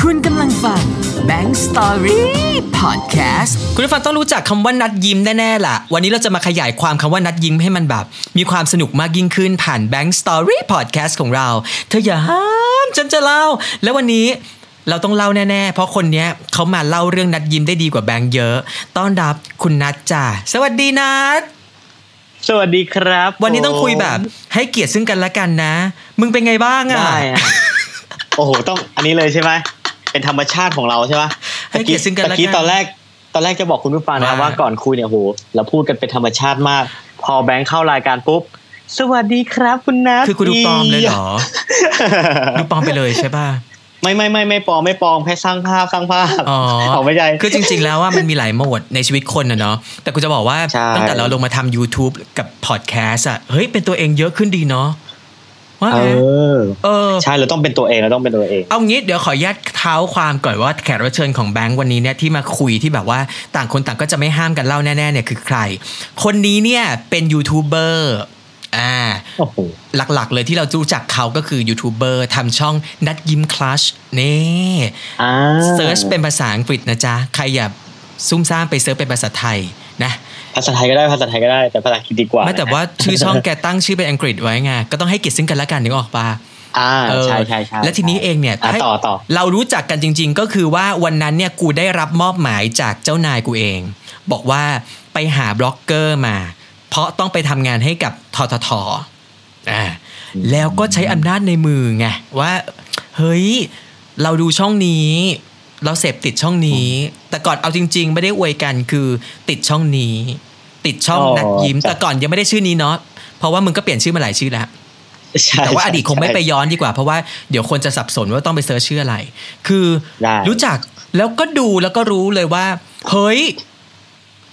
คุณกำลังฟัง Bank Story Podcast คุณผู้ฟังต้องรู้จักคำว่านัดยิ้มแน่ๆล่ะ วันนี้เราจะมาขยายความคำว่านัดยิ้มให้มันแบบ มีความสนุกมากยิ่งขึ้นผ่าน Bank Story Podcast ของเรา เธออย่าห้ามฉันจะเล่า แล้ววันนี้เราต้องเล่าแน่ๆ เพราะคนเนี้ยเขามาเล่าเรื่องนัดยิ้มได้ดีกว่าแบงค์เยอะ ต้อนรับคุณนัดจ้าสวัสดีนัด สวัสดีครับ วันนี้ต้องคุยแบบให้เกียรติซึ่งกันและกันนะ มึงเป็นไงบ้างอะ ได้อะ โอ้โห ต้องอันนี้เลยใช่ไหมเป็นธรรมชาติของเราใช่ปะ ให้เกียรติซึ่งกันและกัน ตะกี้ตอนแรก ตอนแรกจะบอกคุณผู้ฟังนะ ว่า ว่าก่อนคุยเนี่ยโหเราพูดกันเป็นธรรมชาติมาก พอแบงค์เข้ารายการปุ๊บ สวัสดีครับคุณนัท คือคุณดูปลอมเลยเหรอ ดูปลอมไปเลยใช่ป่ะ ไม่ไม่ไม่ไม่ปลอมไม่ปลอมแค่สร้างภาพสร้างภาพ อ๋อ ไม่ใช่ คือจริง ๆ แล้วว่ามันมีหลายโหมดในชีวิตคนนะเนาะ แต่กูจะบอกว่า ใช่ ตั้งแต่เราลงมาทำ YouTube กับพอดแคสต์อะเฮ้ย เป็นตัวเองเยอะขึ้นดีเนาะ ว่า เอ ไง อ เออ ใช่เราต้องเป็นตัวเองเราต้องเป็นตัวเอง เอางี้เดี๋ยวขออนุญาตเท้าความก่อนว่าแขกรับเชิญของแบงค์วันนี้เนี่ยที่มาคุยที่แบบว่าต่างคนต่างก็จะไม่ห้ามกันเล่าแน่ๆเนี่ยคือใคร คนนี้เนี่ยเป็นยูทูบเบอร์อ่า โอ้โห หลักๆ เลยที่เรารู้จักเขาก็คือยูทูบเบอร์ทำช่องนัดยิ้มคลัชนี่ อ่า เซิร์ชเป็นภาษาอังกฤษนะจ๊ะ ใครอย่าซุ่มซ่ามไปเซิร์ชเป็นภาษาไทยนะ ภาษาไทยก็ได้ภาษาไทยก็ได้แต่ภาษาอังกฤษดีกว่า ไม่แต่ นะ ว่าชื่อช่องแกตั้งชื่อเป็นอังกฤษไว้ไงก็ต้องให้เกียรติซึ่งกันและกันนึกออกปะ อ่า เออ ใช่ใช่ใช่ และทีนี้เองเนี่ย อ่ะ ให้ ต่อต่อ เรารู้จักกันจริง ๆ ก็คือว่าวันนั้นเนี่ยกูได้รับมอบหมายจากเจ้านายกูเอง บอกว่าไปหาบล็อกเกอร์มา เพราะต้องไปทำงานให้กับทททอ่าแล้วก็ใช้อำนาจในมือไงว่าเฮ้ย เราดูช่องนี้ เราเสพติดช่องนี้ แต่ก่อนเอาจริง ๆ ไม่ได้อวยกันคือติดช่องนี้ ติดช่อง อ๋อ นัดยิ้ม จ้ะ แต่ก่อนยังไม่ได้ชื่อนี้เนาะเพราะว่ามึงก็เปลี่ยนชื่อมาหลายชื่อแล้ว ใช่ แต่ว่าอดีตคงไม่ไป ใช่ ย้อนดีกว่า เพราะว่าเดี๋ยวคนจะสับสนว่าต้องไปเซิร์ชชื่ออะไร คือ ได้ รู้จักแล้วก็ดูแล้วก็รู้เลยว่า เฮ้ย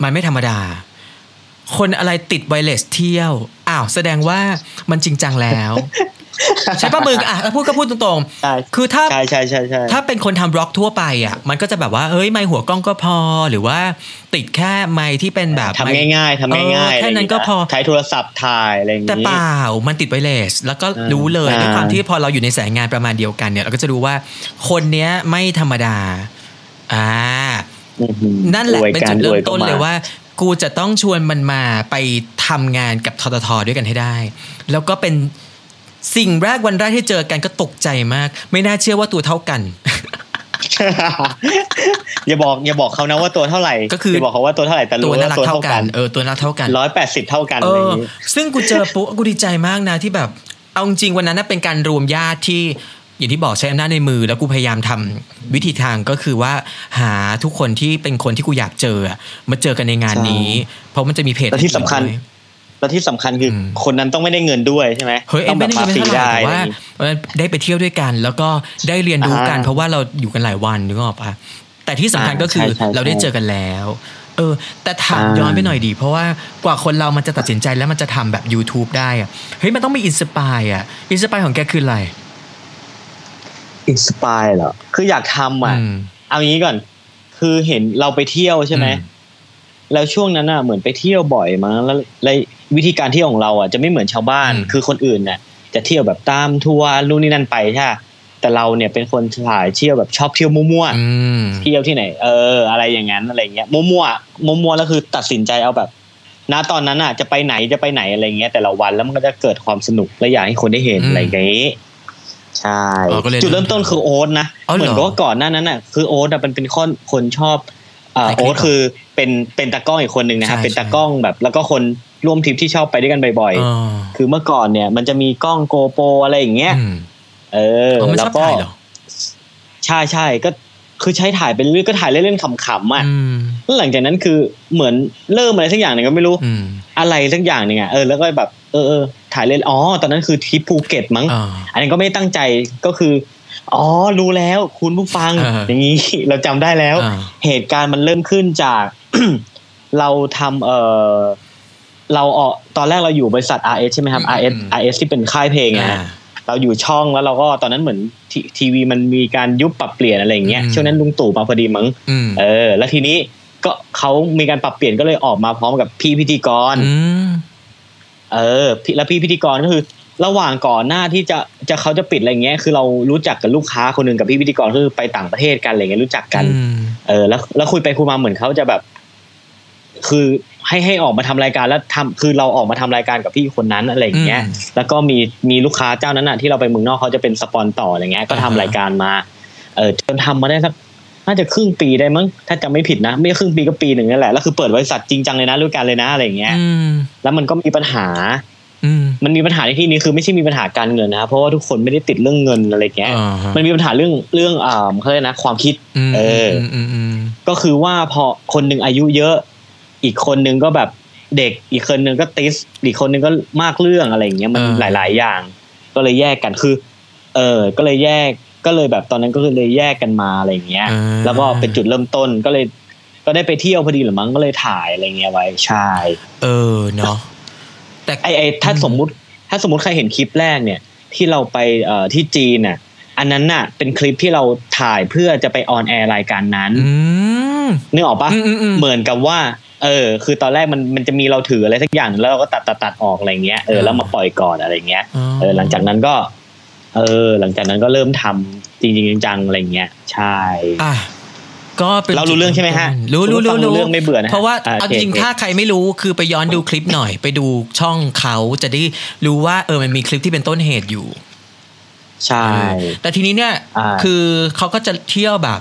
มันไม่ธรรมดา คนอะไรติดไวเลสเที่ยว อ้าว แสดงว่ามันจริงจังแล้ว ใช่ปะมึงอ่ะแล้วพูดก็พูดตรง ใช่ ๆ คือถ้า ใช่ใช่ใช่ใช่ ถ้าเป็นคนทำบล็อกทั่วไปอ่ะ มันก็จะแบบว่าเฮ้ย ไมค์หัวกล้องก็พอ หรือว่าติดแค่ไมค์ที่เป็นแบบ ทำ ไมค์ ง่ายๆทำง่าย เออ ๆ แค่นั้นก็พอ ใช้โทรศัพท์ถ่ายอะไรอย่าง แต่ นี้ เปล่า มันติดไวเลส แล้วก็ อ่า รู้เลย อ่า ด้วยความที่พอเราอยู่ในสายงานประมาณเดียวกันเนี่ย เราก็จะรู้ว่าคนเนี้ยไม่ธรรมดา อ่า อื้อหือ นั่นแหละ รวย เป็น กั จุดเริ่ ว ม ยก็ ต้น ม เลยว่า กูจะต้องชวนมันมาไปทำงานกับทททด้วยกันให้ได้ แล้วก็เป็นสิ่งแรกวันแรกที่เจอกันก็ตกใจมาก ไม่น่าเชื่อว่าตัวเท่ากัน อย่าบอกอย่าบอกเขานะว่าตัวเท่าไหร่ ก็คืออ ย่าบอกเขาว่าตัวเท่าไหร่แต่ ตั รู้ วน่า ว่า รัก ตัว เท่า เท่า กั กัน น เออตัวน่ารักเท่ากัน ร้อยแปดสิบเท่ากัน เอ อะไรอ อย่าง นี้ ซึ่งกูเจอปุ๊บ กูดีใจมากนะที่แบบ เอาจริงๆวันนั้นนะเป็นการรวมญาติที่อย่างที่บอกใช้อำนาจในมือ แล้วกูพยายามทำวิธีทางก็คือว่าหาทุกคนที่เป็นคนที่กูอยากเจออะมาเจอกันในงานนี้ เพราะมันจะมีเพจ และที่สำคัญ อื่นด้วย แล้วที่สำคัญคืออ ม คนนั้นต้องไม่ได้เงินด้วยใช่ไหม เฮ้ย ต้ เอ็ องงแบ ไม่ บ ได้ มา เงิน ฟรี ไม่เท่าไหร่แต่ได้อะไร ว่า อย่างนี้ ได้ไปเที่ยวด้วยกัน แล้วก็ได้เรียนรู้กัน อ่า เพราะว่าเราอยู่กันหลายวันนึกออกปะแต่ที่สำคัญก็คือ ใช่ใช่ใช่ เราได้เจอกันแล้ว เออ แต่ถามย้อนไปหน่อยดี เพราะว่ากว่าคนเรามันจะตัดสินใจแล้วมันจะทำแบบ YouTube ได้อะเฮ้ยมันต้องมีอินสปายอ่ะอินสปายของแกคืออะไร อินสปายเหรอคืออยากทำอ่ะ อืม เอางี้ก่อน คือเห็นเราไปเที่ยวใช่ไหม อืม แล้วช่วงนั้นน่ะเหมือนไปเที่ยวบ่อยมั้งแล้วแล้ววิธีการเที่ยวของเราอ่ะจะไม่เหมือนชาวบ้าน อืม คือคนอื่นน่ะจะเที่ยวแบบตามทัวร์นู่นนี่นั่นไปใช่ปะแต่เราเนี่ยเป็นคนถ่ายเที่ยวแบบชอบเที่ยวมั่ว อืม ๆเที่ยวที่ไหน เออ อะไรอย่างนั้นอะไรเงี้ยมั่วๆมั่วๆแล้วคือตัดสินใจเอาแบบ ณตอนนั้นน่ะจะไปไหนจะไปไหนอะไรเงี้ย แต่ละวันแล้วมันก็จะเกิดความสนุกและอยากให้คนได้เห็น อืม อะไรอย่างงี้ใช่ อ๋อก็เลย จุดเริ่มต้นคือโอ๊ตนะ อ๋อเหรอ เหมือนกับว่าก่อนหน้านั้นน่ะคือโอ๊ตอะมันเป็นคนคนชอบเอ่อ ถ่ายคลิป โอ๊ตคือเป็นเป็นตากล้องอีกคนหนึ่งนะครับ ใช่ เป็นตากล้องแบบ แล้วก็คนร่วมทริปที่ชอบไปด้วยกันบ่อย อ๋อ ๆ คือเมื่อก่อนเนี่ย มันจะมีกล้องโกโปรอะไรอย่างเงี้ย อืม เออ อ๋อมัน แล้ ชอ ว บ ก็ ถ่ายเหรอ ใช่ใช่ก็คือใช้ถ่ายไปเรื่อยก็ถ่ายเล่นๆขำๆอ่ะ อืม แล้วหลังจากนั้นคือเหมือนเริ่มอะไรสักอย่างหนึ่งก็ไม่รู้ อืม อะไรสักอย่างหนึ่งอ่ะเออแล้วก็แบบเออเออถ่ายเล่นอ๋อตอนนั้นคือทริปภูเก็ตมั้ง อ๋อ อันนี้นก็ไม่ได้ตั้งใจก็คือ อ๋อรู้แล้วคุณผู้ฟัง เออ อ อย่าง นี้ เราจำได้แล้ว เออ เหตุการณ์มันเริ่มขึ้นจาก เราทำเออเราออกตอนแรกเราอยู่บริษัท RS ใช่ไหมครับ อืม RS อืม RS ที่เป็นค่ายเพลง อ่า นะ เราอยู่ช่องแล้วเราก็ตอนนั้นเหมือนทีทีวีมันมีการยุบปรับเปลี่ยนอะไรอย่างเงี้ย อืม ช่วงนั้นลุงตู่มาพอดีมั้ง อืม เออ แล้วทีนี้ก็เขามีการปรับเปลี่ยนก็เลยออกมาพร้อมกับพี่พิธีกร อืม เออพี่แล้วพี่พิธีกรก็คือ ระหว่างก่อนหน้าที่จะจะเขาจะปิดอะไรเงี้ย คือเรารู้จักกับลูกค้าคนหนึ่งกับพี่พิธีกรคือไปต่างประเทศกันอะไรเงี้ยรู้จักกัน อืม เออแล้วแล้วคุยไปคุยมาเหมือนเขาจะแบบ คือให้ให้ออกมาทำรายการแล้วทำคือเราออกมาทำรายการกับพี่คนนั้นอะไรอย่างเงี้ย แล้วก็มีมีลูกค้าเจ้านั้นน่ะที่เราไปเมืองนอกเขาจะเป็นสปอนต่ออะไรเงี้ยก็ทำรายการมา เออจนทำมาได้สักน่าจะครึ่งปีได้มั้งถ้าจำไม่ผิดนะ ไม่ครึ่งปีก็ปีหนึ่งนั่นแหละแล้วคือเปิดบริษัทจริงจังเลยนะรู้กันเลยนะอะไรอย่างเงี้ย อืม แล้วมันก็มีปัญหา อืม มันมีปัญหาในที่นี้คือไม่ใช่มีปัญหาการเงินนะครับเพราะว่าทุกคนไม่ได้ติดเรื่องเงินอะไรอย่างเงี้ย อ่าฮะ มันมีปัญหาเรื่องเรื่องอ่าเขาเรียกนะ ความคิด ม เออ มอืมอืม ก็คือว่าพอคนหนึ่งอายุเยอะ อีกคนหนึ่งก็แบบเด็ก อีกคนหนึ่งก็ติสอีกคนหนึ่งก็มากเรื่องอะไรอย่างเงี้ยมันหลาย ๆ อย่าง ก็เลยแยกกันคือ เออ ก็เลยแยกก็เลยแบบตอนนั้นก็คือเลยแยกกันมาอะไรอย่างเงี้ย อ่า แล้วก็เป็นจุดเริ่มต้นก็เลยก็ได้ไปเที่ยวพอดีเหรือมั้งก็เลยถ่ายอะไรเงี้ยไว้ใช่ เออเนาะแต่ ไอไอถ้า อืม สมมุติถ้าสมมติใครเห็นคลิปแรกเนี่ย ที่เราไปเอ่อที่จีนน่ะ อันนั้นน่ะ เป็นคลิปที่เราถ่ายเพื่อจะไปออนแอร์รายการนั้น อืม นึกออกปะ อืมอืมอืม เหมือนกับว่า เออ คือตอนแรกมันมันจะมีเราถืออะไรสักอย่างแล้วเราก็ตัดตัดตัดออกอะไรเงี้ยเออแล้วมาปล่อยก่อนอะไรเงี้ยเออหลังจากนั้นก็ เออ หลังจากนั้นก็เริ่มทำจริงจริงๆจังๆอะไรเงี้ยใช่ อ่ะก็ป็น เรารู้เรื่องใช่ไหมฮะ รู้รู้ คุณผู้ รู้ ฟังรู้เรื่องไม่เบื่อนะฮะ เพราะว่า อ่า เอาจริง โอๆเคถ้าใครไม่รู้คือไปย้อนดูคลิปหน่อย ไปดูช่องเขาจะได้รู้ว่าเออมันมีคลิปที่เป็นต้นเหตุอยู่ ใช่ แต่ทีนี้เนี่ย อ่า คือเขาก็จะเที่ยวแบบ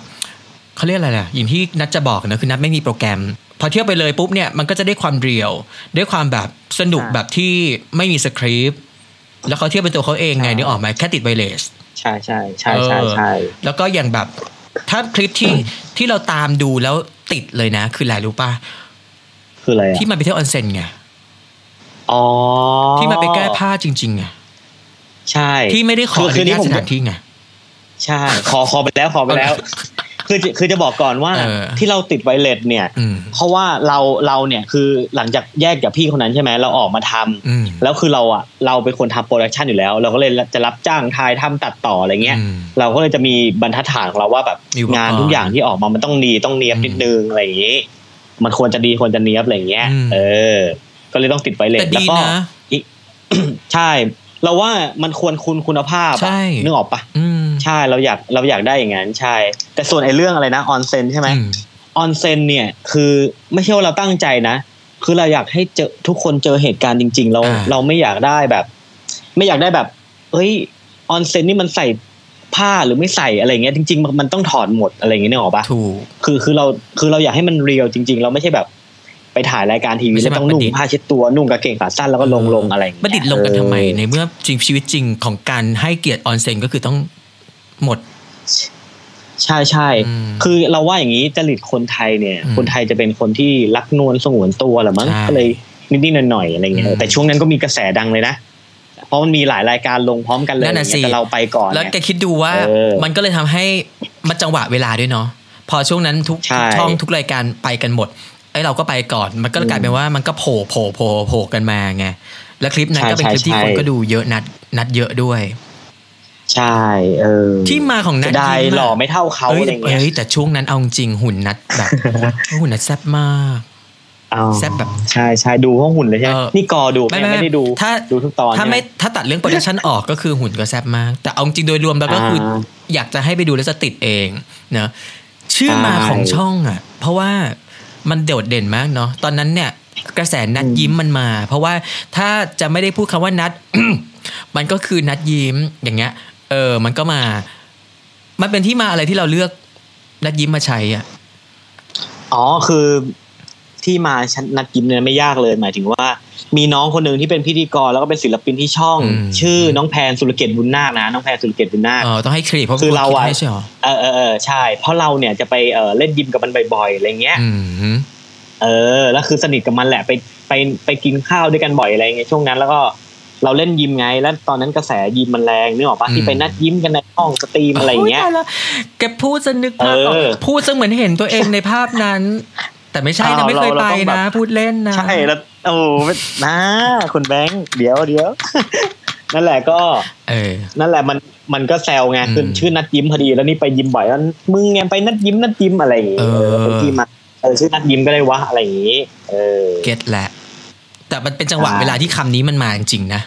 เขาเรียกอะไรล่ะอย่างที่นัดจะบอกนะคือนัดไม่มีโปรแกรม พอเที่ยวไปเลยปุ๊บเนี่ยมันก็จะได้ความเรียวได้ความแบบสนุกแบบที่ไม่มีสคริปต์แล้วเขาเที่ยวเป็นตัวเขาเองไงนึกออกไหมแค่ติดไวเลส ใช่ใช่ใช่ใช่ใช่ แล้วก็อย่างแบบถ้าคลิปที่ ที่เราตามดูแล้วติดเลยนะ คืออะไรรู้ป่ะ คืออะไรอะ ที่มันไปเที่ยวออนเซ็นไง อ๋อ ที่มันไปแก้ผ้าจริงๆไง ใช่ ที่ไม่ได้ขออ คื นุ นี้ ญาต ผม สถานที่ไง ใช่ ขอขอไปแล้วขอไปแล้ว คือจะคือจะบอกก่อนว่า เออ ที่เราติดไวเลสเนี่ย อืม เพราะว่าเราเราเนี่ยคือหลังจากแยกกับพี่คนนั้นใช่ไหมเราออกมาทำ อืม แล้วคือเราอ่ะเราเป็นคนทำโปรดักชันอยู่แล้ว เราก็เลยจะรับจ้างถ่ายทำตัดต่ออะไรเงี้ย อืม เราก็เลยจะมีบรรทัดฐานของเราว่าแบบ มีอุปกรณ์ งานทุกอย่างที่ออกมามันต้องดีต้องเนียบ อืม นิดนึงอะไรอย่างงี้ มันควรจะดีควรจะเนียบอะไรอย่างเงี้ย อืม เออ ก็เลยต้องติดไวเล แต่ สแล้ว ดี ก็ นะ อีก ใช่ เราว่ามันควรคุณคุณภาพอะ ใช่ นึกออกปะ อืม ใช่เราอยากเราอยากได้อย่างนั้นใช่ แต่ส่วนไอ้เรื่องอะไรนะออนเซนใช่ไหม อืม ออนเซนเนี่ยคือไม่ใช่ว่าเราตั้งใจนะ คือเราอยากให้เจอทุกคนเจอเหตุการณ์จริง ๆ เรา า เราไม่อยากได้แบบ ไม่อยากได้แบบเฮ้ยออนเซนนี่มันใส่ผ้าหรือไม่ใส่อะไรเงี้ยจริงๆมันมันต้องถอดหมดอะไรเงี้ยนึกออกปะ ถูก คือคือเราคือเราอยากให้มันเรียลจริง ๆ เราไม่ใช่แบบ ไปถ่ายรายการทีวี ไม่ใช่ แล้วต้องนุ่ง แบบประดิษฐ์ ผ้าเช็ดตัวนุ่งกางเกงขาสั้นแล้วก็ลงลงอะไรอย่างเงี้ย มันติดลงกัน เออ ทำไมในเมื่อจริงชีวิตจริงของการให้เกียรติออนเซ็นก็คือต้องหมด ใช่ใช่ อืม คือเราว่าอย่างนี้จริตคนไทยเนี่ย อืม คนไทยจะเป็นคนที่รักนวลสงวนตัวแหรือมั้ง ใช่ ก็เลยนิดๆหน่อยๆอะไรเงี้ย อืม แต่ช่วงนั้นก็มีกระแสดังเลยนะ เพราะมันมีหลายรายการลงพร้อมกันเลย นั่นน่ะสิ แต่เราไปก่อน แล้วแก เนี่ย คิดดูว่า เออ มันก็เลยทำให้มันจังหวะเวลาด้วยเนาะพอช่วงนั้นทุก ใช่ ทุกช่องทุกรายการไปกันหมดไอ้เราก็ไปก่อน มันก็กลายเป็นว่ามันก็โผล่โผล่โผล่โผล่กันมาไงแล้วคลิปนั้น ใช่ ก็เป็นคลิปที่ ใช่ คนก็ดูเยอะนัดนัดเยอะด้วย ใช่เออ ที่มาของนัด จะได้ ยิ้ะ หล่อไม่เท่าเขา เอ้ย อะไรเงี้ย เอ้ยแต่ช่วงนั้นเอาจริงหุ่นนัดแบบ หุ่นนัดแซ่บมาก เอา แซ่บแบบ ใช่ใช่ดูห้องหุ่นเลยใช่ไหม เออ นี่กอดู ไม่ ไม่ ไม่ ไม่ได้ดู ถ้า ดูทุกตอน ถ้าไม่ ใช่ห ถ้าตัดเรื่องโปรดักชันออกก็คือหุ่นก็แซ่บมาก แต่เอาจริงโดยรวมแล้วก็คืออ ม อยากจะให้ไปดูแล้วจะติดเองเนอะชื่อมา ใช่ ของช่องอ่ะ เพราะว่ามันโดดเด่นมากเนาะตอนนั้นเนี่ยกระแสนัด อืม ยิ้มมันมา เพราะว่าถ้าจะไม่ได้พูดคำว่านัด มันก็คือนัดยิ้มอย่างเงี้ย เออ มันก็มา มันเป็นที่มาอะไรที่เราเลือกนัดยิ้มมาใช้อ่ะ อ๋อคือที่มาฉันนัดยิ้มเนี่ยไม่ยากเลยหมายถึงว่า มีน้องคนหนึ่งที่เป็นพิธีกรแล้วก็เป็นศิลปินที่ช่อง อืม ชื่อน้องแพนสุรเกียรติบุญนาคนะน้องแพนสุรเกียรติบุญนาค เออต้องให้เครดิตเพราะ คือเรา ป็นน อะ คิดให้ใช่หรอ เออเออเออใช่ เพราะเราเนี่ยจะไปเออเล่นยิมกับมันบ่อยๆอะไรเงี้ย อืม เออแล้วคือสนิทกับมันแหละไปไปไปกินข้าวด้วยกันบ่อยอะไรเงี้ยช่วงนั้นแล้วก็เราเล่นยิมไง แล้วตอนนั้นกระแสยิมมันแรงนึกออกปะ อืม ที่ไปนัดยิ้มกันในห้องสตรีมอะไรเงี้ย โตาแล้วแกพูดจะนึกภาพออก เออ พูดจะเหมือนเห็นตัวเองในภาพนั้น แต่ไม่ใช่นะ อ้าว ไม่เคย เรา ไป เราต้องแบบ นะ พูดเล่นนะ ใช่แล้วโอ้โหนะคุณแบงค์เดี๋ยวเดี๋ยว นั่นแหละก็ เออ นั่นแหละมันมันก็แซวไงคือ อืม ชื่อนัดยิ้มพอดีแล้วนี่ไปยิ้มบ่อยแล้วมึงไงไปนัดยิ้มนัดยิ้มอะไรอย่างงี้ เออ เออเป็นที่มาเออชื่อนัดยิ้มก็ได้วะอะไรอย่างงี้ เออ เก็ตแหละ แต่มันเป็นจังหวะ ใช่ เวลาที่คำนี้มันมาจริงๆนะ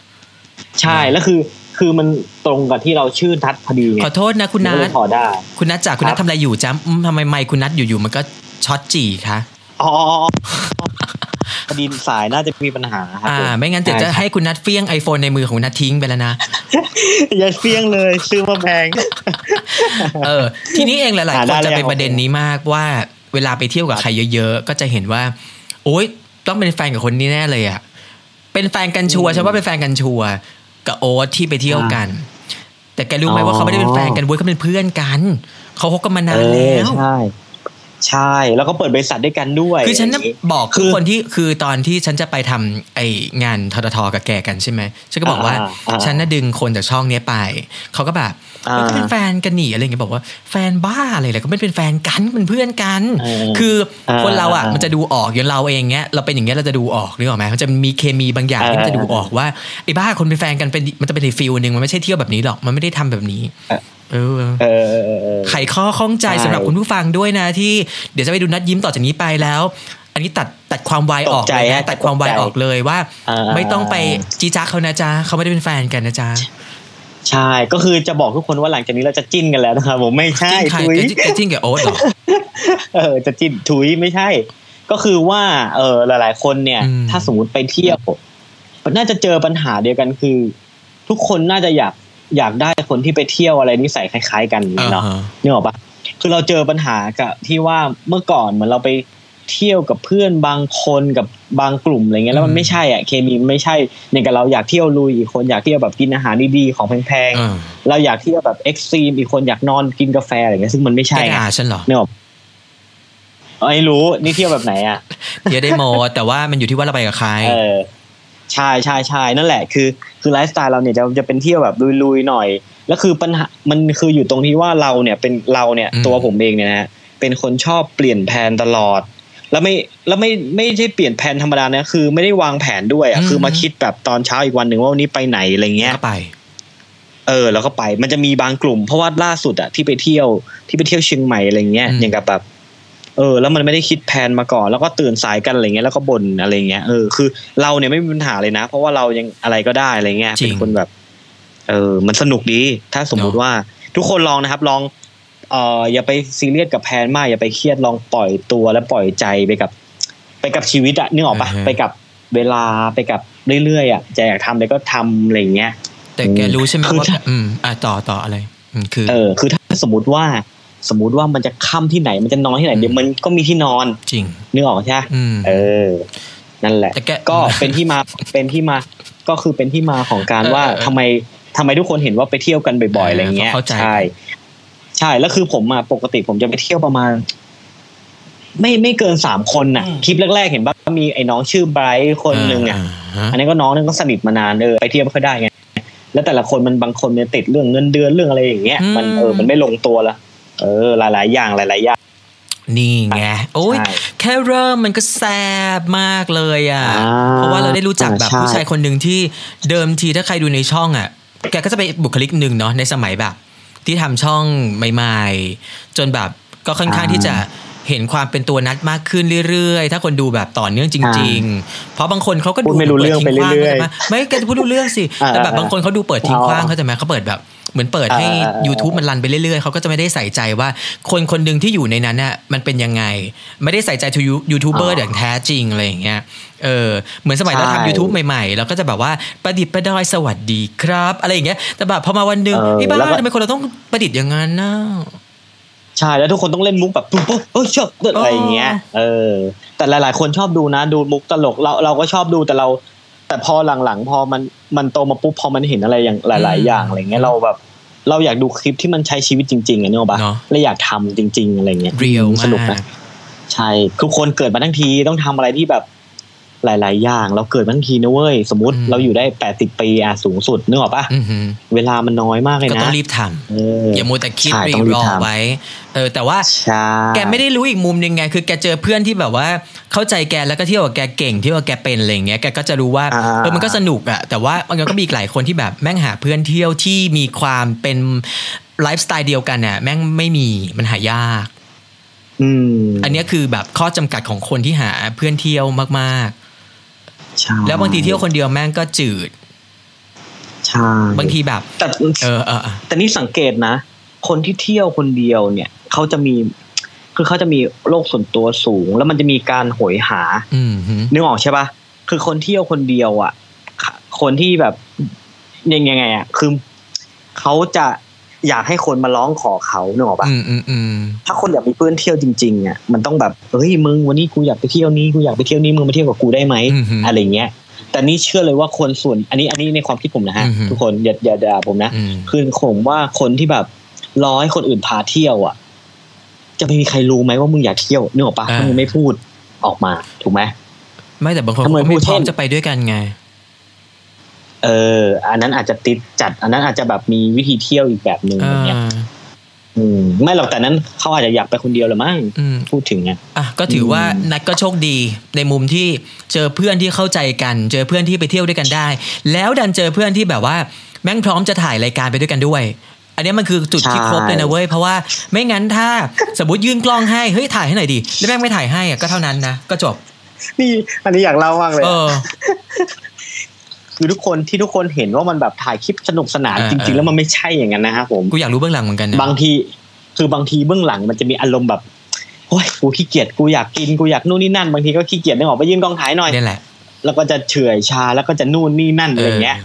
ใช่แล้วคือ คือมันตรงกับที่เราชื่อทัดพอดีไง ขอโทษนะคุณนั ก็เล ท ยขอได้ คุณนัทจากคุณนัท ครัทำบอะไรอยู่จ๊ะอืมทำไมไมค์คุณนัทอยู่ๆมันก็ช็อตจี่คะ อ๋ออ๋ออ๋อพอดีสายน่าจะมีปัญหาครับ อ่า ผ ไม่งั้นเดี๋ยวจะให้คุณนัทเฟี้ยง iPhone ในมือของคุณนัททิ้งไปแล้วนะ อย่าเฟี้ยงเลยซื้อมาแพง เออทีนี้เองหลายๆ คหาได้ น แล้ว จะเป็น ยัง ประเด็นนี้มากว่าเวลาไปเที่ยวกับใครเยอะ ๆ ก็จะเห็นว่า โอ๊ยต้องเป็นแฟนกับคนนี้แน่เลยอ่ะเป็นแฟนกันชัวร์ อืม ใช่ว่าเป็นแฟนกันชัวร์กับโอ๊ตที่ไปเที่ยวกัน แต่แกรู้ไหม อ๋อ ว่าเขาไม่ได้เป็นแฟนกันเว้ยเขาเป็นเพื่อนกันเขาคบกันมานา เอน แล้วอใช่ ใช่ แล้วก็เปิดบริษัทด้วยกันด้วย คือฉันน่ะ ย่างงี้ บอก คื ทุก อ คนที่คือตอนที่ฉันจะไปทำไองานทททกับแกกันใช่ไหมฉันก็บอกว่า อ่าอ่า ฉันน่ะดึงคนจากช่องเนี้ยไปเขาก็แบบ อ่า เออก็เป็นแฟนกันหนีอะไรอย่างเงี้ยบอกว่าแฟนบ้าอะไรเลยก็ไม่เป็นแฟนกันเป็นเพื่อนกัน เออ คืออา คนเราอ่ะ อ่ามั มันจะดูออกอย่างเราเองเงี้ยเราเป็นอย่างเงี้ยเราจะดูออกนึกออกไหมมันจะมีเคมีบางอย่างที่มันจะดูออกว่าไอ้บ้าคนเป็นแฟนกันเป็นมันจะเป็นอีกฟิลหนึ่งมันไม่ใช่เที่ยวแบบนี้หรอกมันไม่ได้ทำแบบนี้ เออ เออ เออเออเออเออ ไขข้อข้องใจ ใช่ สำหรับคุณผู้ฟังด้วยนะที่เดี๋ยวจะไปดูนัดยิ้มต่อจากนี้ไปแล้ว อันนี้ตัดตัดความวายออก ตกใจ เลยนะ ฮะ ตัดความวาย ตกใจ ออกเลยว่า อ่า ไม่ต้องไปจีจ้าเขานะจ๊ะเขาไม่ได้เป็นแฟนกันนะจ๊ะ ใช่ ก็คือจะบอกทุกคนว่าหลังจากนี้เราจะจิ้นกันแล้วนะครับผมไม่ใช่ จิ้นใคร ทุย จะจะจิ้นกับโอ๊ตเหรอ เออจะจินถุยไม่ใช่ ก็คือว่าเออหลาย ๆ คนเนี่ย อืม ถ้าสมมติไปเที่ยวน่าจะเจอปัญหาเดียวกันคือ ทุกคนน่าจะอยากอยากได้คนที่ไปเที่ยวอะไรนิสัยคล้ายๆ กัน อ่า เนาะ ฮะ นึกออกปะคือเราเจอปัญหากับที่ว่าเมื่อก่อนเหมือนเราไปเที่ยวกับเพื่อนบางคนกับบางกลุ่มอะไรเงี้ยแล้วมันไม่ใช่อ่ะเคมีมันไม่ใช่เนี่ยกับเราอยากเที่ยวลุยอีกคนอยากเที่ยวแบบกินอาหารดีๆของแพง เออ ๆเราอยากเที่ยวแบบเอ็กซ์ตรีมอีกคนอยากนอนกินกาแฟอะไรเงี้ยซึ่งมันไม่ แก ใช่ไง ด่าฉันเหรอ เนี่ยไม่รู้นี่เที่ยวแบบไหนอ่ะ เดี๋ยวได้โมแต่ว่ามันอยู่ที่ว่าเราไปกับใคร เออใช่ใช่ใช่นั่นแหละ คือ คือไลฟ์สไตล์เราเนี่ยจะจะเป็นเที่ยวแบบลุยๆหน่อย แล้วคือปัญหามันคืออยู่ตรงที่ว่าเราเนี่ยเป็นเราเนี่ย อืม ตัวผมเองเนี่ยนะฮะเป็นคนชอบเปลี่ยนแผนตลอด แล้วไม่แล้วไม่ไม่ใช่เปลี่ยนแผนธรรมดานะคือไม่ได้วางแผนด้วยอ่ะคือมาคิดแบบตอนเช้าอีกวันหนึ่งว่าวันนี้ไปไหนอะไรเงี้ย ก็ไป เออแล้วก็ไปมันจะมีบางกลุ่ม เพราะว่าล่าสุดอะที่ไปเที่ยวที่ไปเที่ยวเชียงใหม่อะไรเงี้ย อืม อย่างกับแบบเออ แล้วมันไม่ได้คิดแผนมาก่อน แล้วก็ตื่นสายกันอะไรเงี้ยแล้วก็บ่นอะไรเงี้ยเออคือเราเนี่ยไม่มีปัญหาเลยนะ เพราะว่าเรายังอะไรก็ได้อะไรเงี้ยเป็นคนแบบ เออ มันสนุกดี ถ้าสมมุติว่า ทุกคนลองนะครับ ลองเอออย่าไปซีเรียสกับแผนมาก อย่าไปเครียดลองปล่อยตัวและปล่อยใจไปกับ ไปกับชีวิตอะนึกออกปะ อือฮะ ไปกับเวลาไปกับเรื่อยๆอะจะอยากทำอะไรก็ทำอะไรเงี้ย แต่แกรู้ใช่ไหม คือ ว่า ถ้า อืมอ่ะต่อต่ออะไรอืมคือ เออคือถ้าสมมติว่าสมมติว่ามันจะค่ำที่ไหนมันจะนอนที่ไหน อืม เดี๋ยวมันก็มีที่นอน จริง นึกออกใช่ไหม อืม เออ นั่นแหละ แต่แก ก็เป็นที่มาเป็นที่มาก็คือเป็นที่มาของการ เออ ว่า เออเออ ทำไมทำไมทุกคนเห็นว่าไปเที่ยวกันบ่อยๆอะไรเงี้ย เข้าใจ ใช่ ใช่แล้วคือผมอะปกติผมจะไปเที่ยวประมาณ ไม่ไม่เกินสามคนน่ะคลิปแรกๆเห็นว่ามีไอ้น้องชื่อไบรท์คนหนึ่งอะ ฮะ อันนี้ก็น้องนึงก็สนิทมานานเออไปเที่ยวไม่ค่อยได้ไงแล้วแต่ละคนมันบางคนเนี่ยติดเรื่องเงินเดือนเรื่องอะไรอย่างเงี้ย อืม มันเออมันไม่ลงตัวละเออ หลาย ๆ อย่างหลาย ๆ อย่าง นี่ไงโอ้ย ใช่ แค่เริ่มมันก็แซ่บมากเลยอ่ะ อ่า เพราะว่าเราได้รู้จักแบบ ใช่ ผู้ชายคนหนึ่งที่เดิมทีถ้าใครดูในช่องอ่ะ แกก็จะเป็นบุคลิกหนึ่งเนาะในสมัยแบบ ที่ทำช่องใหม่ ๆ จนแบบก็ค่อนข้างที่จะเห็นความเป็นตัวนัดมากขึ้นเรื่อยๆ ถ้าคนดูแบบต่อเนื่องจริง ๆ เพราะบางคนเขาก็ พู ดู ดไม่รู้เรื่องไป ปิดทิ้ เรื่อยๆ ข้าใจปะไม่แกจะพูดรู้เรื่องสิ อ่า แต่แบบบางคนเขาดูเปิดทิ้งขว้าง อ๋อ เขาใจไหมเขาเปิดแบบเหมือนเปิดให้ อ่าอ่าอ่า YouTube มันรันไปเรื่อยๆเขาก็จะไม่ได้ใส่ใจว่าคนคนหนึ่งที่อยู่ในนั้นน่ะมันเป็นยังไง ไม่ได้ใส่ใจทูยูทูบเบอร์ อ๋อ อย่างแท้จริงอะไรอย่างเงี้ยเออเหมือนสมัยเรา ใช่ ทำ YouTube ใหม่ๆเราก็จะแบบว่าประดิษฐ์ประดอยสวัสดีครับ อะไรอย่างเงี้ยแต่แบบพอมาวันหนึ่ง เออ ไอ้บ้า แล้วก็ ทำไมคนเราต้องประดิษฐ์อย่างนั้นนะ ใช่แล้วทุกคนต้องเล่นมุกแบบปุ๊บปุ๊บเออชอบอะไรอย่างเงี้ย เออ แต่หลาย ๆ คนชอบดูนะ ดูมุกตลกเราเราก็ชอบดูแต่เรา แต่พอหลัง ๆ พอมันมันโตมาปุ๊บพอมันเห็นอะไรอย่างหลาย อืม ๆ อย่างอะไรเงี้ยเราแบบ เราอยากดูคลิปที่มันใช้ชีวิตจริง ๆอะเนกอะปะ เนอะ และอยากทำจริง ๆ อะไรเงี้ย เรียว อืมส มา นุกนะ ก ใช่ทุกคนเกิดมาทั้งทีต้องทำอะไรที่แบบหลาย ๆ อย่าง เราเกิดมาทั้งทีนะเว้ย สมมติ อืม เราอยู่ได้แปดสิบปีอะสูงสุดนึกออกปะ อือหือ เวลามันน้อยมากเลย ก็ต้อ นะ งรีบทำ เออ อย่ามัวแต่คิด ใช่ รี ต้อง รอ ทำ ไว้เออแต่ว่า ใช่ แกไม่ได้รู้อีกมุมหนึ่งไง คือแกเจอเพื่อนที่แบบว่าเข้าใจแกแล้วก็เที่ยวกับแกเก่งเที่ยวกับแกเป็นอะไรอย่างเงี้ย แกก็จะรู้ว่า า เออมันก็สนุกอะแต่ว่ามันก็มีอีกหลายคนที่แบบแม่งหาเพื่อนเที่ยวที่มีความเป็นไลฟ์สไตล์เดียวกันน่ะแม่งไม่มีมันหายาก อืม อันเนี้ยคือแบบข้อจำกัดของคนที่หาเพื่อนเที่ยวมาก ใช่ ๆ แล้วบางทีเที่ยวคนเดียวแม่งก็จืด ใช่ บางทีแบบ แต่ เออเออเออ แต่นี่สังเกตนะ คนที่เที่ยวคนเดียวเนี่ย เขาจะมีคือเขาจะมีโลกส่วนตัวสูง แล้วมันจะมีการโหยหา อืมฮึ นึกออกใช่ปะคือคนเที่ยวคนเดียวอ่ะ คนที่แบบยังยังไงอ่ะ คือเขาจะอยากให้คนมาร้องขอเขานึกออกปะ อืมอืมอืม ถ้าคนอยากมีเพื่อนเที่ยวจริงๆอ่ะ มันต้องแบบเฮ้ยมึงวันนี้กูอยากไปเที่ยวนี้กูอยากไปเที่ยวนี้มึงมาเที่ยวกับกูได้ไหม อืมฮึ อะไรเงี้ย แต่นี่เชื่อเลยว่าคนส่วน อันนี้อันนี้ในความคิดผมนะฮะ อือฮึ ทุกคนอย่าอย่าด่าผมนะ อืม คือผมว่าคนที่แบบร้อยคนอื่นพาเที่ยวอ่ะ จะไม่มีใครรู้ไหมว่ามึงอยากเที่ยวนึกออกปะถ้ามึงไม่พูดออกมาถูกไหม ไม่แต่บางคน ทำ เขา ไม ก็ พู ไม่ ด พร้อม เช่น จะไปด้วยกันไง เออ อันนั้นอาจจะติดจัด อันนั้นอาจจะแบบมีวิธีเที่ยวอีกแบบหนึ่ง เอ อย่างเงี้ย อ อืมไม่หรอกแต่นั้นเขาอาจจะอยากไปคนเดียวเหรือมั้ง อืม พูดถึงอ่ะ อ่ะก็ถือว่า อืม นัดก็โชคดีในมุมที่เจอเพื่อนที่เข้าใจกัน เจอเพื่อนที่ไปเที่ยวด้วยกันได้ แล้วดันเจอเพื่อนที่แบบว่า แม่งพร้อมจะถ่ายรายการไปด้วยกันด้วย อันเนี้ยมันคือจุดที่ ใช่ ครบเลยนะเว้ยเพราะว่าไม่งั้นถ้า สมมติยื่นกล้องให้เฮ้ยถ่ายให้หน่อยดีแล้วแม่งไม่ถ่ายให้อะก็เท่านั้นนะก็จบ นี่ อันนี้อยากเล่ามากเลย เออ คือทุกคนที่ทุกคนเห็นว่ามันแบบถ่ายคลิปสนุกสนาน เออ จริง เออ ๆ แล้วมันไม่ใช่อย่างนั้นนะครับผม กูอยากรู้เบื้องหลังเหมือนกันนะ บางที คือบางทีเบื้องหลังมันจะมีอารมณ์แบบโอ้ยกูขี้เกียจกูอยากกินกูอยากนู่นนี่นั่นบางทีก็ขี้เกียจนึกออกไปยื่นกล้องถ่ายหน่อย เนี่ยแหละ แล้วก็จะเฉื่อยชาแล้วก็จะนู่นนี่นั่นอะไรเงี้ย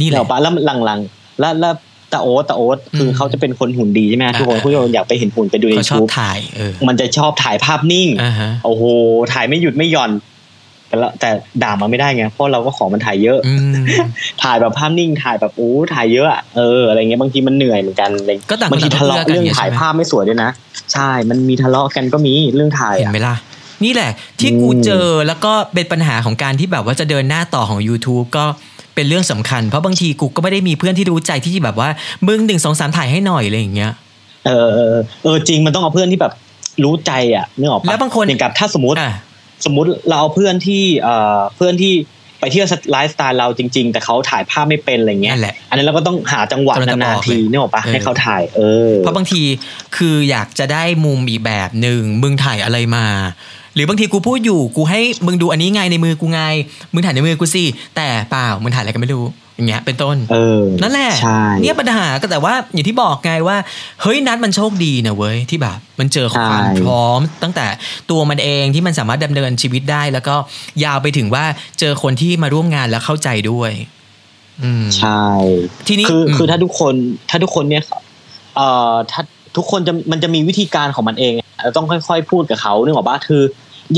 นี่แห เดี๋ย ละ วปะแล้วหลังๆแล้วแล้วตาโอ๊ตตาโอ๊ตคืออ ม เขาจะเป็นคนหุ่นดีใช่ไหมฮะ อ่า ทุกคนผู้ชมอยากไปเห็นหุ่นไปดูใน เขาชอบ ทูบ ถ่ายเออ มันจะชอบถ่ายภาพนิ่ง อ่าฮะ โอ้โหถ่ายไม่หยุดไม่หย่อน แต่ละแต่ด่ามันไม่ได้ไงเพราะเราก็ของมันถ่ายเยอะ อืม ถ่ายแบบภาพนิ่งถ่ายแบบโอ้ถ่ายเยอะอะเอออะไรเงี้ยบางทีมันเหนื่อยเหมือนกันอะไร ก็ต่างค บาง น ที ต่าง ทะเลาะ ลืกกัน เรื่องถ่าย ใช่ไหม ภาพไม่สวยด้วยนะใช่มันมีทะเลาะกันก็มีเรื่องถ่าย เห็น อะ ไหมล่ะ นี่แหละที่ อืม กูเจอแล้วก็เป็นปัญหาของการที่แบบว่าจะเดินหน้าต่อของ YouTube ก็เป็นเรื่องสำคัญ เพราะบางทีกูก็ไม่ได้มีเพื่อนที่รู้ใจที่แบบว่า มึงหนึ่งสองสามถ่ายให้หน่อยอะไรอย่างเงี้ย เออเออเออจริงมันต้องเอาเพื่อนที่แบบรู้ใจอ่ะนึกออกปะ แล้วบางคน อย่างกับถ้าสมมติ อ่ะ สมมุติเราเอาเพื่อนที่เอ่อเพื่อนที่ไปเที่ยวไลฟ์สไตล์เราจริง ๆ แต่เขาถ่ายภาพไม่เป็นอะไรเงี้ย นั่นแหละ อันนั้นเราก็ต้องหาจังหวะ กำลังจะ นา บอกนๆที เลย นี่หรอกปะ เออ ให้เขาถ่าย เออ เพราะบางทีคืออยากจะได้มุมอีกแบบหนึ่งมึงถ่ายอะไรมา หรือบางทีกูพูดอยู่กูให้มึงดูอันนี้ไงในมือกูไง มึงถ่ายในมือกูสิแต่เปล่ามึงถ่ายอะไรกันไม่รู้อย่างเงี้ยเป็นต้น เออ นั่นแหละ ใช่ เนี่ยปัญหาก็แต่ว่าอย่างที่บอกไงว่า เฮ้ยนัดมันโชคดีนะเว้ยที่แบบ มันเจอความพร้อม ตั้งแต่ตัวมันเองที่มันสามารถดำเนินชีวิตได้ แล้วก็ยาวไปถึงว่าเจอคนที่มาร่วมงานแล้วเข้าใจด้วย อืม ใช่ ทีนี้ คือ ม คือถ้าทุกคนถ้าทุกคนเนี่ยเอ่อถ้าทุกคนจะมันจะมีวิธีการของมันเองเราต้องค่อยๆ พูดกับเขานึกออกปะคือ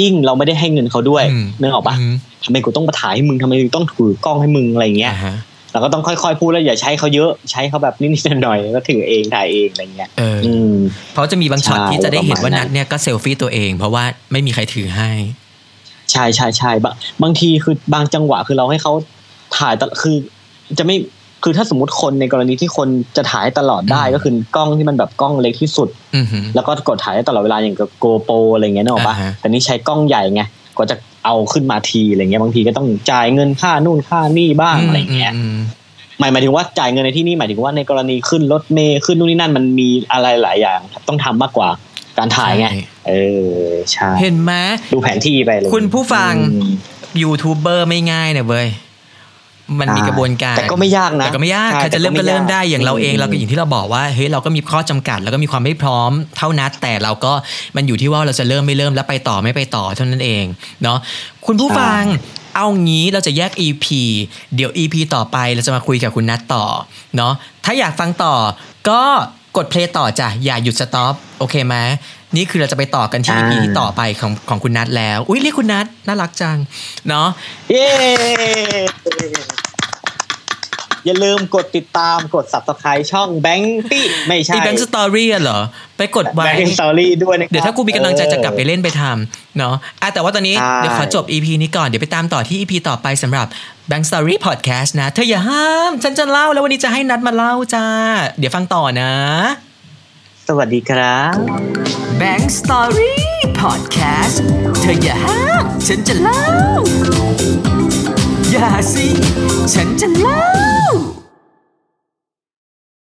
ยิ่งเราไม่ได้ให้เงินเขาด้วย ม นึกออกปะ ม ทำไมกูต้องมาถ่ายให้มึงทำไมกูต้องถือกล้องให้มึงอะไรเงี้ย อ่าฮะ เราก็ต้องค่อยๆ พูดแล้วอย่าใช้เขาเยอะใช้เขาแบบนิดๆหน่อยๆแล้วถือเองถ่ายเองอะไรเงี้ย เอออ อืม เพราะจะมีบางช็อต ใช่ ที่จะได้เห็นว่า ประมาณนันั้ด น เนี่ยก็เซลฟี่ตัวเอง เพราะว่าไม่มีใครถือให้ ใช่ใช่ใช่บางบางทีคือบางจังหวะคือเราให้เขาถ่ายตลคือ จะไม่คือถ้าสมมติคนในกรณีที่คนจะถ่ายตลอดได้ อืม ก็คือกล้องที่มันแบบกล้องเล็กที่สุด อือหือ แล้วก็กดถ่ายได้ตลอดเวลาอย่างกับโกโปอะไรเงี้ยนึกออกปะ อ่าฮะ แต่นี่ใช้กล้องใหญ่ไงก็จะเอาขึ้นมาทีอะไรเงี้ยบางทีก็ต้องจ่ายเงินค่านู่นค่านี่บ้างอะไรเงี้ย อืม หมายหมายถึงว่าจ่ายเงินในที่นี่หมายถึงว่าในกรณีขึ้นรถเมย์ขึ้นนู่นนี่นั่นมันมีอะไรหลายอย่างต้องทำมากกว่าการถ่ายไง ใช่ เออใช่ เห็นไหม ดูแผนที่ไปเลย คุณผู้ฟัง อืม ยูทูบเบอร์ไม่ง่ายนะเว้ย มันมี ใช่ กระบวนการ แต่ก็ไม่ยากนะ แต่ก็ไม่ยาก ใช่ ใครจะเริ่มก็แต่ก็ไม่ เริ่ม ยาก ได้อย่างเราเอง อืม เราก็อย่างที่เราบอกว่าเฮ้ยเราก็มีข้อจำกัด แล้วก็มีความไม่พร้อมเท่านัดแต่เราก็มันอยู่ที่ว่าเราจะเริ่มไม่เริ่มแล้วไปต่อไม่ไปต่อเท่านั้นเองเนาะคุณผู้ฟังเอางี้เราจะแยก EP เดี๋ยว EP ต่อไปเราจะมาคุยกับคุณนัดต่อเนาะถ้าอยากฟังต่อก็กดเพลย์ต่อจ้ะอย่าหยุดสต็อปโอเคไหมนี่คือเราจะไปต่อกันที่ EP ที่ต่อไปของของคุณนัดแล้วอุ้ยเรียกคุณนัดน่ารักจังเนาะ เย้อย่าลืมกดติดตามกด subscribe ช่องแบงค์ปี้ไม่ใช่ อีแบงค์สตอรี่อะเหรอ ไปกดไว้ แบงค์สตอรี่ด้วยนะครับ เดี๋ยวถ้ากูมีกำลังใจจะกลับไปเล่นไปทำเนาะอ่ะแต่ว่าตอนนี้ ใช่ เดี๋ยวขอจบ EP นี้ก่อน เดี๋ยวไปตามต่อที่ EP ต่อไปสำหรับ Bank Story Podcast นะ เธออย่าห้าม ฉันจะเล่าแล้ววันนี้จะให้นัดมาเล่าจ้า เดี๋ยวฟังต่อนะ สวัสดีครับ Bank Story Podcast เธออย่าห้ามฉันจะเล่า อย่าสิ ฉันจะเล่า